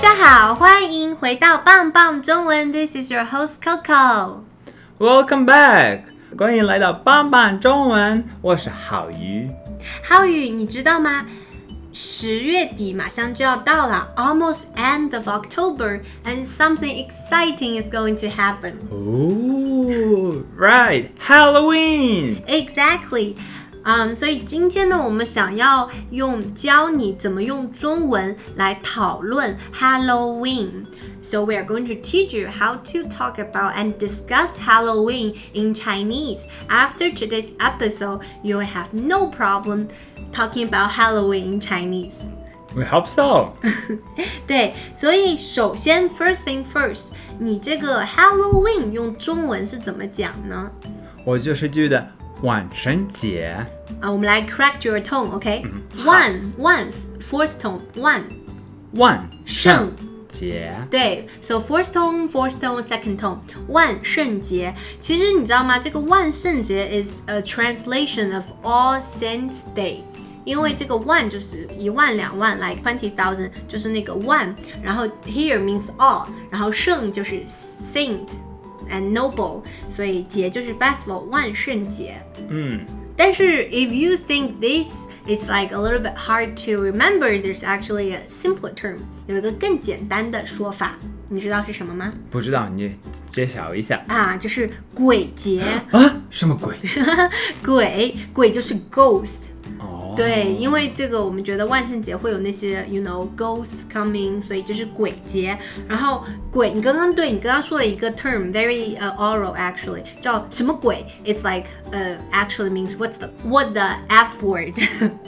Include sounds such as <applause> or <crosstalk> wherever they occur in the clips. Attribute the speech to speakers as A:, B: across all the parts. A: 家好，欢迎回到棒棒中文，This is your host Coco。
B: Welcome back，欢迎来到棒棒中文，我是好鱼。
A: 浩宇，你知道吗？十月底马上就要到了，almost end of October，and something exciting is going to happen。
B: 哦，Right，Halloween。
A: Exactly，嗯、所以今天呢，我们想要用教你怎么用中文来讨论 Halloween。So we are going to teach you how to talk about and discuss Halloween in Chinese. After today's episode, you will have no problem talking about Halloween in Chinese.
B: We hope so。
A: 对，所以首先 first thing first，你这个 Halloween 用中文是怎么讲呢？
B: 我就是记得万圣节。
A: 啊，Uh, 我们来 correct your tone, OK? One, once, fourth tone, one.
B: 万
A: 圣
B: 节，
A: 对，so fourth tone, fourth tone, second tone. 万圣节，其实你知道吗？这个万圣节 is a translation of All Saints Day，因为这个万就是一万、两万，like twenty thousand，就是那个万，然后 here means all，然后圣就是 saint and noble，所以节就是 festival 万圣节。
B: 嗯，
A: 但是 if you think this is like a little bit hard to remember, there's actually a simpler term. 有一个更简单的说法，你知道是什么吗？啊，就是鬼节。
B: 不知道你揭晓一下啊？什么鬼？
A: 鬼鬼就是 ghost。
B: 哦，
A: 对，因为这个我们觉得万圣节会有那些，you know ghost coming，所以就是鬼节。然后鬼，你刚刚对你刚刚说了一个 term very uh, oral actually，叫什么鬼？It's like 呃、actually means what's the what the f word？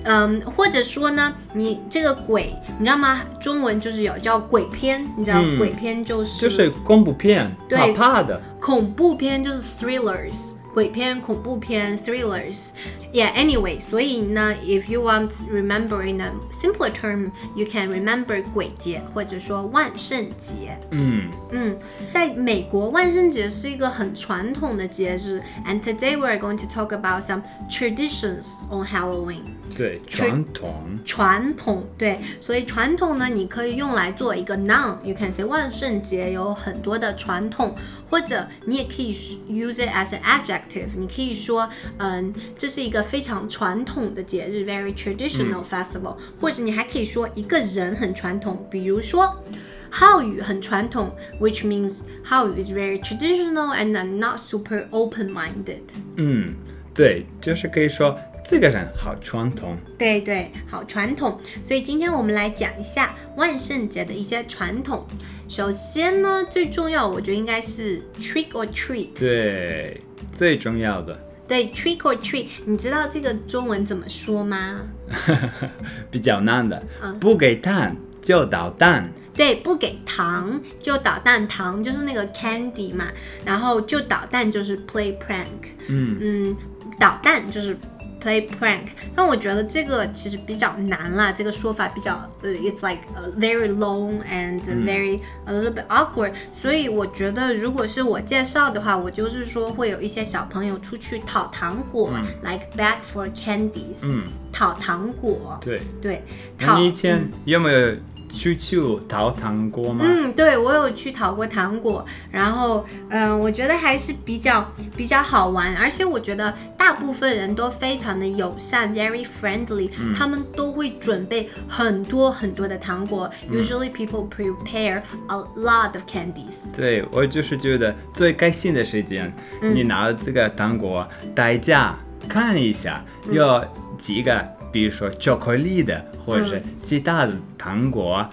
A: 嗯， <laughs> 或者说呢，你这个鬼，你知道吗？中文就是有叫鬼片，你知道、
B: 嗯
A: 鬼片就是
B: 就是恐怖片，怕
A: 对
B: 怕的。
A: 恐怖片就是 thrillers，鬼片、恐怖片 thrillers。Yeah, anyway，所以呢，if you want to remember in a simpler term, you can remember 鬼节或者说万圣节。
B: 嗯
A: 嗯，在美国，万圣节是一个很传统的节日。And today we are going to talk about some traditions on Halloween.
B: 对，传统。
A: 传统，对，所以传统呢，你可以用来做一个 noun，you can say 万圣节有很多的传统，或者你也可以 use it as an adjective，你可以说，嗯，这是一个非常传统的节日，very traditional festival，、或者你还可以说一个人很传统，比如说。浩宇很传统，which means 浩宇 is very traditional and not super open-minded。
B: 嗯，对，就是可以说这个人好传统。
A: 对对，好传统。所以今天我们来讲一下万圣节的一些传统。首先呢，最重要我觉得应该是 trick or treat。
B: 对，最重要的，
A: 对，trick or treat，你知道这个中文怎么说吗？
B: <laughs> 比较难的，
A: 嗯
B: 不给蛋就捣蛋。
A: 对，不给糖就捣蛋，糖就是那个 candy 嘛，然后就捣蛋就是 play prank。
B: 嗯，
A: 嗯，捣蛋就是 play prank。但我觉得这个其实比较难啦，这个说法比较呃，it's like uh, very long and
B: 嗯
A: very a little bit awkward。所以我觉得如果是我介绍的话，我就是说会有一些小朋友出去讨糖果、l i k e beg for candies，、
B: 嗯
A: 讨糖果。
B: 对。
A: 对，
B: 那
A: 讨
B: 你以前有没有出去讨糖果吗？
A: 嗯，对，我有去讨过糖果，然后，嗯、我觉得还是比较比较好玩，而且我觉得大部分人都非常的友善，very friendly，、他们都会准备很多很多的糖果、u s u a l l y people prepare a lot of candies。
B: 对，我就是觉得最开心的时间，
A: 嗯
B: 你拿了这个糖果代价看一下，
A: 嗯
B: 有几个，比如说巧克力的或者是其他的糖果，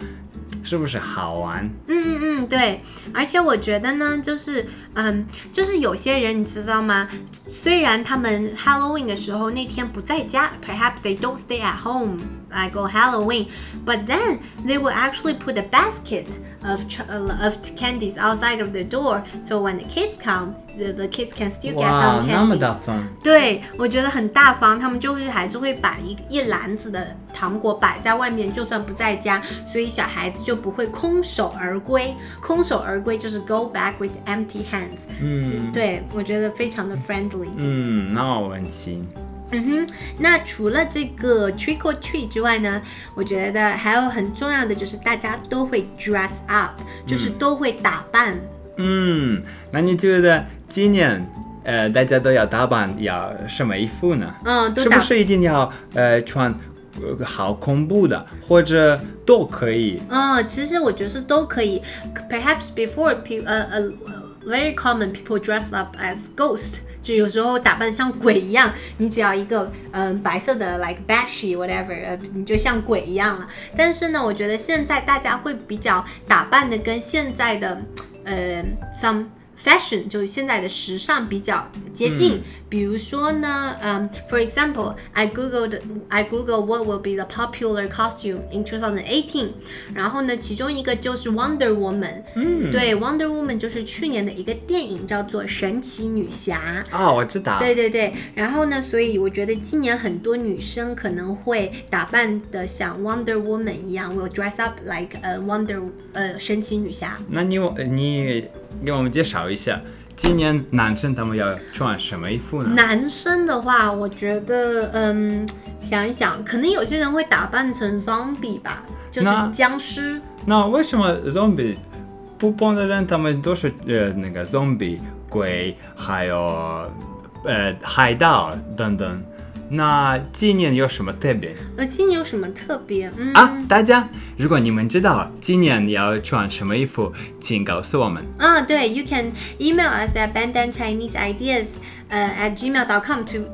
B: 是不是好玩？
A: 嗯嗯嗯，对，而且我觉得呢，就是嗯，就是有些人你知道吗？虽然他们 Halloween 的时候那天不在家，perhaps they don't stay at home like on Halloween，but then they will actually put a basket of ch- uh, of candies outside of their door, so when the kids come, the the kids can still get
B: 哇
A: some，
B: 那么
A: candies.
B: 大方！
A: 对，我觉得很大方，他们就是还是会把一一篮子的糖果摆在外面，就算不在家，所以小孩子就不会空手而归。空手而归就是 go back with empty hands，、
B: 嗯
A: 对我觉得非常的 friendly。
B: 嗯，那我很心。
A: 嗯哼，那除了这个 trick or treat 之外呢，我觉得还有很重要的就是大家都会 dress up，就是都会打扮。
B: 嗯，那你觉得今年呃大家都要打扮要什么衣服呢？
A: 嗯，都
B: 是不
A: 打
B: 是一定要呃穿呃好恐怖的，或者都可以？
A: 嗯，其实我觉得是都可以。Perhaps before people，呃呃，very common people dress up as ghost，就有时候打扮得像鬼一样。你只要一个嗯、白色的 like bashy whatever，呃你就像鬼一样了。但是呢，我觉得现在大家会比较打扮的跟现在的呃 some。fashion 就是现在的时尚比较接近，比如说呢，嗯、f o r example，I googled I googled what will be the popular costume in 2018，然后呢，其中一个就是 Wonder Woman，嗯，对，Wonder Woman 就是去年的一个电影叫做《神奇女侠》，
B: 啊，我知道。
A: 对对对，然后呢，所以我觉得今年很多女生可能会打扮的像 Wonder Woman 一样，will dress up like 呃 Wonder 呃神奇女侠。
B: 那你我你给我们介绍一下，今年男生他们要穿什么衣服呢？
A: 男生的话，我觉得，嗯，想一想，可能有些人会打扮成 zombie 吧，就是
B: 那
A: 僵尸。
B: 那为什么 zombie 不帮的人他们都是呃那个 zombie 鬼，还有呃海盗等等？那今年有什么特别
A: 呃，今年有什么特别？嗯，
B: 啊？大家，如果你们知道今年你要穿什么衣服，请告诉我们。
A: 啊，对，you can email us at bandanchinese ideas，呃，at gmail.com to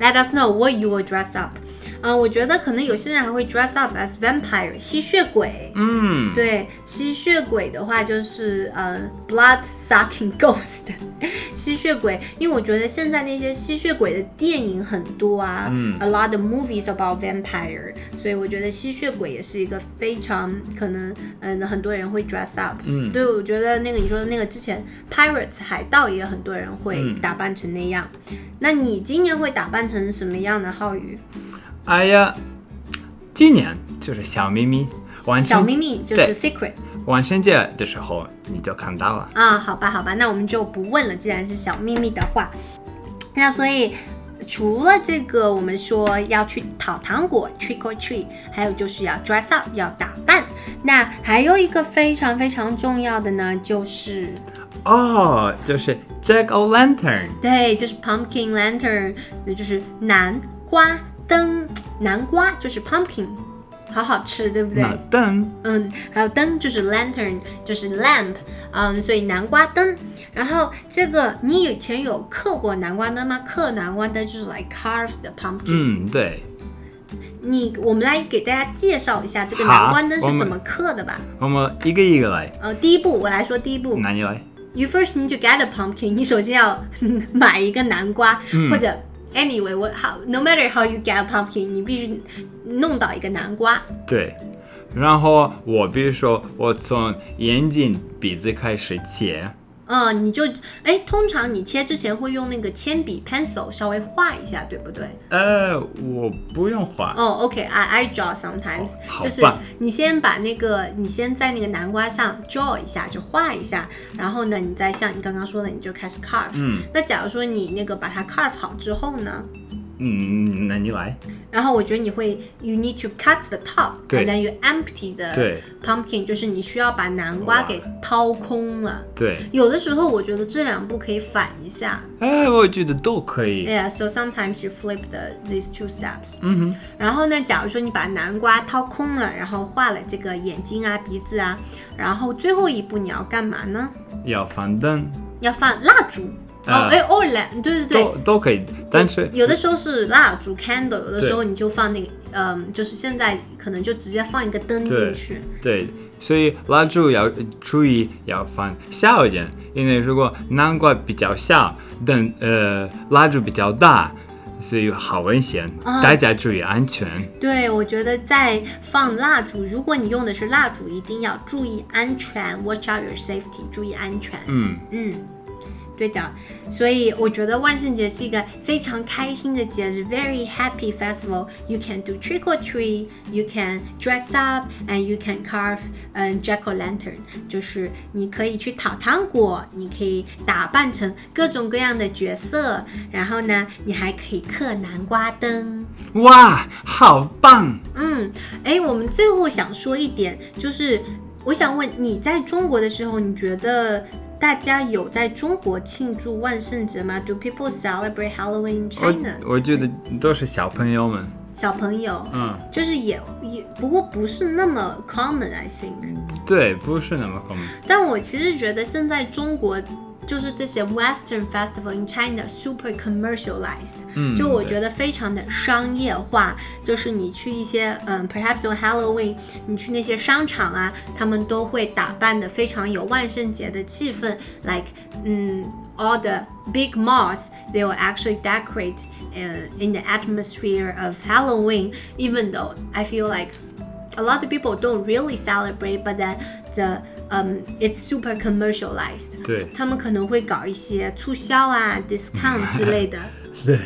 A: let us know what you will dress up。呃，我觉得可能有些人还会 dress up as vampire，吸血鬼。
B: 嗯，
A: 对，吸血鬼的话就是呃，blood sucking <laughs> ghost，吸血鬼。因为我觉得现在那些吸血鬼的电影很多啊、a lot of movies about vampire，所以我觉得吸血鬼也是一个非常可能，嗯、很多人会 dress up。嗯，对，我觉得那个你说的那个之前 pirates 海盗也很多人会打扮成那样。那你今年会打扮成什么样的浩宇？
B: 哎呀，今年就是小咪咪，完
A: 小
B: 成
A: 秘密就是
B: 对
A: secret。
B: 万圣节的时候你就看到了。
A: 啊，好吧，好吧，那我们就不问了。既然是小秘密的话，那所以除了这个，我们说要去讨糖果 （trick or treat），还有就是要 dress up，要打扮。那还有一个非常非常重要的呢，就是
B: 哦，就是 Jack O' Lantern。
A: 对，就是 pumpkin lantern，那就是南瓜灯。南瓜就是 pumpkin，好好吃，对不对？
B: 那灯
A: 嗯，还有灯就是 lantern，就是 lamp，嗯，所以南瓜灯。然后这个你以前有刻过南瓜灯吗？刻南瓜灯就是来 carve the pumpkin、
B: 嗯，对，
A: 你我们来给大家介绍一下这个
B: 好
A: 南瓜灯
B: 我
A: 是
B: 们
A: 怎么刻的吧。
B: 我们一个一个来。
A: 呃，第一步我来说第一步
B: 那你来。
A: ，you first need to get a pumpkin。你首先要 <laughs> 买一个南瓜，
B: 嗯
A: 或者 anyway，我好 no matter how you get a pumpkin，你必须弄到一个南瓜。
B: 对，然后我比如说我从眼睛、鼻子开始切。
A: 嗯，你就哎，通常你切之前会用那个铅笔 pencil 稍微画一下，对不对？
B: 呃，我不用画。
A: 哦、o k i I draw sometimes，、
B: 好
A: 就是
B: 棒
A: 你先把那个你先在那个南瓜上 draw 一下，就画一下，然后呢，你再像你刚刚说的，你就开始 carve。
B: 嗯
A: 那假如说你那个把它 carve 好之后呢，
B: 嗯，那你来。
A: 然后我觉得你会 you need to cut the top，
B: 对
A: and then you empty the
B: 对
A: pumpkin，就是你需要把南瓜
B: 哇
A: 给掏空了。
B: 对，
A: 有的时候我觉得这两步可以反一下。
B: 哎，我觉得都可以。
A: Yeah, so sometimes you flip the these two steps.
B: 嗯哼，
A: 然后呢，假如说你把南瓜掏空了，然后画了这个眼睛啊、鼻子啊，然后最后一步你要干嘛呢？
B: 要放灯
A: 要放蜡烛。哦
B: 啊，
A: 哎，哦，两，对对对
B: 都。都可以，但是
A: 有的时候是蜡烛 candle，有的时候你就放那个，嗯，就是现在可能就直接放一个灯进
B: 对
A: 去。
B: 对，所以蜡烛要注意要放小一点，因为如果南瓜比较小，但呃蜡烛比较大，所以好危险，
A: 啊
B: 大家注意安全。
A: 对，我觉得在放蜡烛，如果你用的是蜡烛，一定要注意安全，watch out your safety，注意安全。
B: 嗯，
A: 嗯，对的，所以我觉得万圣节是一个非常开心的节日，very happy festival. You can do trick or treat, you can dress up, and you can carve an jack o' lantern. 就是你可以去讨糖果，你可以打扮成各种各样的角色，然后呢，你还可以刻南瓜灯。
B: 哇，好棒！
A: 嗯，哎，我们最后想说一点，就是我想问你在中国的时候，你觉得大家有在中国庆祝万圣节吗？Do people celebrate Halloween in
B: 我
A: China？
B: 我觉得都是小朋友们，
A: 小朋友
B: 嗯，
A: 就是也也，不过不是那么 common，I think。
B: 对，不是那么 common。
A: 但我其实觉得现在中国。就是这些 Western festival in China super commercialized，、
B: 嗯
A: 就我
B: 对
A: 觉得非常的商业化。就是你去一些嗯，perhaps on Halloween，你去那些商场啊，他们都会打扮的非常有万圣节的气氛，like 嗯，all the big malls they will actually decorate in in the atmosphere of Halloween. Even though I feel like a lot of people don't really celebrate, but then the um it's super commercialized.
B: 对
A: 他们可能会搞一些促销啊、discount 之类
B: <laughs>
A: 的。
B: 对，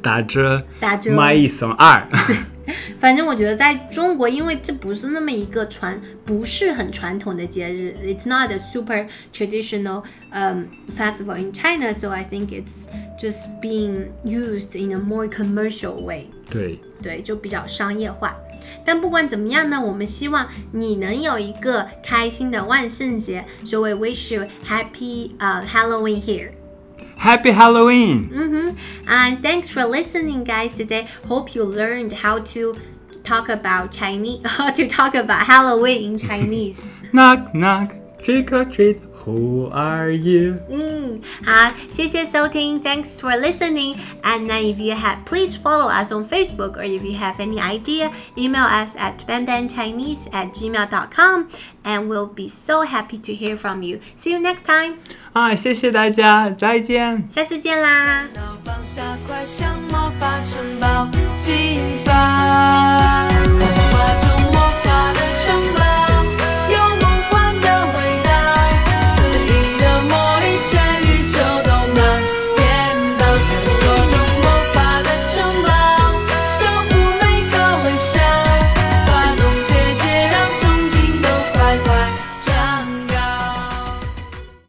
B: 打折，
A: 打折
B: 买一送二。 <laughs>
A: 反正我觉得在中国，因为这不是那么一个传，不是很传统的节日，it's not a super traditional um festival in China. So I think it's just being used in a more commercial way.
B: 对，
A: 对，就比较商业化。但不管怎么样呢，我们希望你能有一个开心的万圣节。So we wish you happy uh, Halloween here.
B: Happy Halloween！
A: And thanks for listening, guys. Today, hope you learned how to talk about Chinese, <laughs> how to talk about Halloween in Chinese.
B: Knock knock, trick or treat, who are you?
A: 嗯，Mm. 好，谢谢收听，Thanks for listening. And then if you have, please follow us on Facebook, or if you have any idea, email us at banbanchinese at gmail.com, and we'll be so happy to hear from you. See you next time.
B: 啊，谢谢大家，再见。
A: 下次见啦。
C: 脑放下，快像魔法城堡进发。童话中